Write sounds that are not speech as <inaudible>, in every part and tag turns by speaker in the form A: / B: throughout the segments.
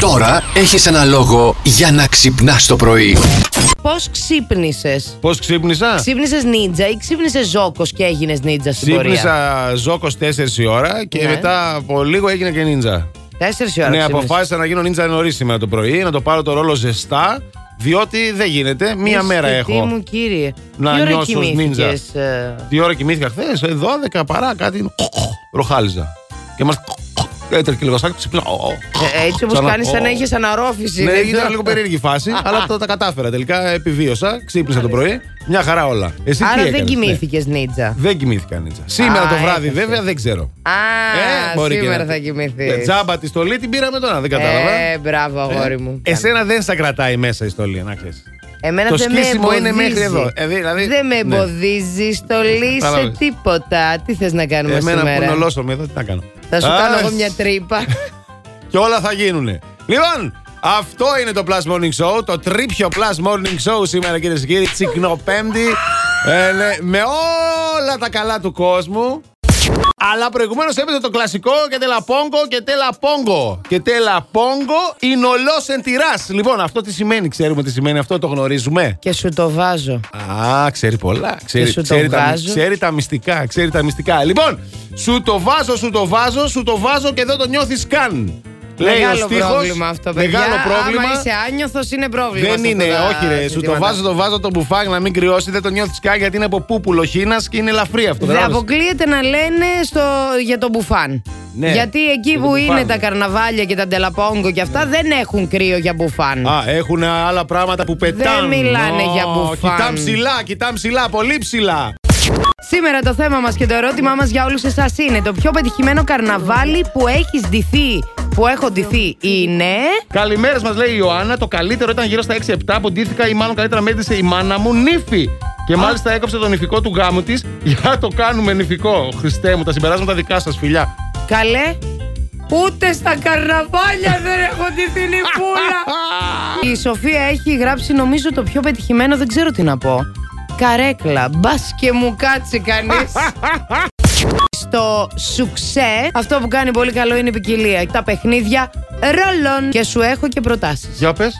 A: Τώρα έχεις ένα λόγο για να ξυπνάς το πρωί.
B: Πώς ξύπνησες.
C: Πώς ξύπνησα.
B: Ξύπνησες νίτζα ή ξύπνησες ζόκο και έγινες νίτζα στην πορεία.
C: Ξύπνησα ζόκο 4 η ώρα και
B: Ναι.
C: μετά από λίγο έγινε και νίντζα.
B: Τέσσερι ώρα.
C: Ναι,
B: ξύπνησες.
C: αποφάσισα να γίνω νίντζα νωρίς σήμερα το πρωί, να το πάρω το ρόλο ζεστά, διότι δεν γίνεται. Μία
B: Χριστί
C: μέρα έχω.
B: μου, κύριε.
C: να
B: Τι ώρα
C: νιώσω ως
B: κοιμήθηκες, ε?
C: Τι ώρα κοιμήθηκα χθες, 12 παρά κάτι. Ροχάλιζα. Και είμαστε. Έτρεχε και λίγο σάκι, ξυπνάω.
B: Ε, Έτσι όπως
C: Ξανά-
B: κάνεις, σαν να είχε αναρρόφηση.
C: Ναι,
B: δεν
C: ήταν
B: το-
C: λίγο περίεργη
B: <laughs>
C: φάση, αλλά το, τα κατάφερα τελικά. Επιβίωσα, ξύπνησα το πρωί. Μια χαρά όλα. Εσύ τι
B: Άρα
C: έκανες,
B: δεν
C: ναι.
B: κοιμήθηκες, Νίτζα.
C: Δεν κοιμήθηκα, Νίτσα. Σήμερα
B: Α,
C: το βράδυ,
B: έχασε.
C: βέβαια, δεν ξέρω.
B: Α,
C: Ε, μπορεί και
B: σήμερα
C: να-
B: θα κοιμηθείς.
C: Ε, Τζάμπα τη στολή την πήραμε τώρα, δεν κατάλαβα. Ε,
B: Ε, μπράβο, αγόρι μου.
C: Εσένα δεν σε κρατάει μέσα η στολή, να ξέρεις.
B: Εμένα
C: το
B: δεν με
C: σκίσιμο
B: εμποδίζει.
C: είναι μέχρι εδώ. Ε, δηλαδή-
B: δεν με
C: ναι.
B: εμποδίζει στο λύσε
C: Κατάλαβες.
B: τίποτα. Τι θες να κάνουμε
C: Εμένα που
B: σήμερα.
C: είναι ολόσωμη εδώ, τι να κάνω.
B: Θα σου
C: Α,
B: κάνω εγώ μια τρύπα.
C: <laughs> Και όλα θα γίνουνε. Λοιπόν, αυτό είναι το Plus Morning Show, το τρίπιο Plus Morning Show σήμερα κυρίες και κύριοι. Τσικνοπέμπτη. Ε, ναι, με όλα τα καλά του κόσμου. Αλλά προηγουμένως έπαιζε το κλασικό και τέλα πόγκο και τέλα πόγκο. Και τέλα πόγκο είναι ολό τυράς. Λοιπόν, αυτό τι σημαίνει, ξέρουμε τι σημαίνει αυτό, το γνωρίζουμε.
B: και σου το βάζω.
C: Α, ξέρει πολλά. Ξέρει,
B: σου το
C: ξέρει, τα,
B: βάζω.
C: ξέρει τα μυστικά. Ξέρει τα μυστικά. Λοιπόν, σου το βάζω, σου το βάζω, σου το βάζω και δεν το νιώθεις καν.
B: μεγάλο
C: στίχος,
B: πρόβλημα αυτό, παιδιά.
C: Μεγάλο πρόβλημα.
B: Άμα είσαι άνιωθος, είναι πρόβλημα.
C: Δεν
B: σε
C: είναι,
B: αυτά τα
C: όχι ρε. Σου το
B: ζητήματα.
C: βάζω, το βάζω το μπουφάκι να μην κρυώσει. Δεν το νιώθεις καν γιατί είναι από πούπουλο Χίνα και είναι ελαφρύ αυτό.
B: Δεν
C: κατάλαβες.
B: αποκλείεται να λένε στο, για τον μπουφάν.
C: Ναι,
B: Γιατί εκεί
C: για
B: που
C: τον
B: είναι
C: μπουφάν. ναι.
B: τα καρναβάλια και τα ντελαπόγκο και αυτά δεν έχουν κρύο για μπουφάν.
C: Α, έχουν άλλα πράγματα που πετάνε.
B: μιλάνε για μπουφάν.
C: Κοιτά ψηλά, κοιτά ψηλά, πολύ ψηλά.
B: Σήμερα το θέμα μας και το ερώτημά μας για όλους εσάς είναι το πιο πετυχημένο καρναβάλι που έχει ντυθεί. Που έχω ντυθεί είναι.
C: Καλημέρες, μας λέει η Ιωάννα. Το καλύτερο ήταν γύρω στα 6-7 που ντύθηκα ή μάλλον καλύτερα μέτρησε η μάνα μου νύφη. Και μάλιστα έκοψε το νυφικό του γάμου της <laughs> για να το κάνουμε νυφικό. Χριστέ μου, τα συμπεράσματα δικά σας, φιλιά.
B: Καλέ. Ούτε στα καρναβάλια δεν έχω ντυθεί
C: <laughs>
B: νυφούλα. Η Σοφία έχει γράψει νομίζω το πιο πετυχημένο, δεν ξέρω τι να πω. Καρέκλα, μπας και μου κάτσε
C: <laughs>
B: κανείς. Στο σουξέ, αυτό που κάνει πολύ καλό είναι η ποικιλία. Τα παιχνίδια ρολών. Και σου έχω και προτάσεις.
C: Για πες.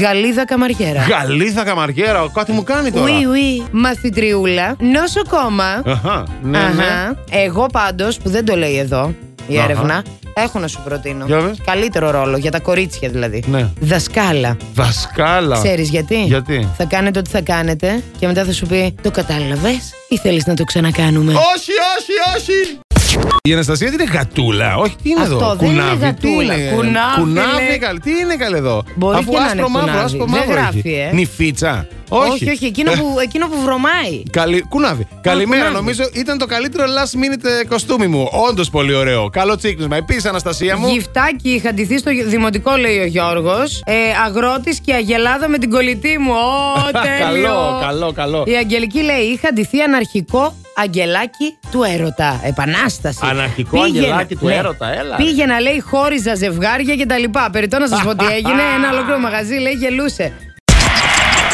B: Γαλίδα καμαριέρα.
C: Γαλίδα καμαριέρα, κάτι μου κάνει τώρα.
B: Ουι, ουι. Μαθητριούλα. Νοσοκόμα.
C: Αχα, ναι, ναι.
B: Αχα. Εγώ πάντως, που δεν το λέει εδώ η
C: Αχα.
B: έρευνα, έχω να σου προτείνω.
C: Για πες.
B: Καλύτερο ρόλο, για τα κορίτσια δηλαδή.
C: Ναι.
B: Δασκάλα.
C: Δασκάλα.
B: Ξέρεις γιατί?
C: Γιατί?
B: Θα κάνετε ό,τι θα κάνετε και μετά θα σου πει Το κατάλαβες ή θέλεις να το ξανακάνουμε.
C: Όχι, όχι, όχι. Ε. Η Αναστασία τι είναι γατούλα, όχι τι είναι
B: Αυτό
C: εδώ.
B: δεν είναι
C: τι
B: γατούλα.
C: είναι?
B: Κουνάβι,
C: Κουνάβι,
B: λέει.
C: καλέ. τι είναι καλέ εδώ.
B: Μπορεί
C: Αφού
B: και να
C: άσπρο
B: είναι
C: μαύρο,
B: κουνάβι.
C: άσπρο
B: Δεν
C: μαύρο. έχει.
B: γράφει, ε.
C: Νυφίτσα.
B: όχι, όχι, εκείνο, που,
C: Ε.
B: εκείνο που βρωμάει.
C: Καλη... Κουνάβι. Καλημέρα,
B: κουνάβι.
C: νομίζω ήταν το καλύτερο last minute ε, κοστούμι μου. Όντως πολύ ωραίο. Καλό τσίκνισμα. Επίσης, Αναστασία Ε, μου.
B: Γυφτάκι είχα ντυθεί στο δημοτικό, λέει ο Γιώργος. Ε, Αγρότης και αγελάδα με την κολλητή μου. Ω, τέλειο.
C: <laughs> καλό, καλό, καλό.
B: Η Αγγελική λέει: Είχα ντυθεί αναρχικό αγγελάκι του έρωτα. Επανάσταση.
C: Αναρχικό αγγελάκι
B: Ναι.
C: του έρωτα, έλα.
B: Πήγαινα, λέει, χώριζα ζευγάρια και τα λοιπά. Περιτώ να σα πω
C: <laughs>
B: τι έγινε. Ένα ολόκληρο μαγαζί, λέει, γελούσε.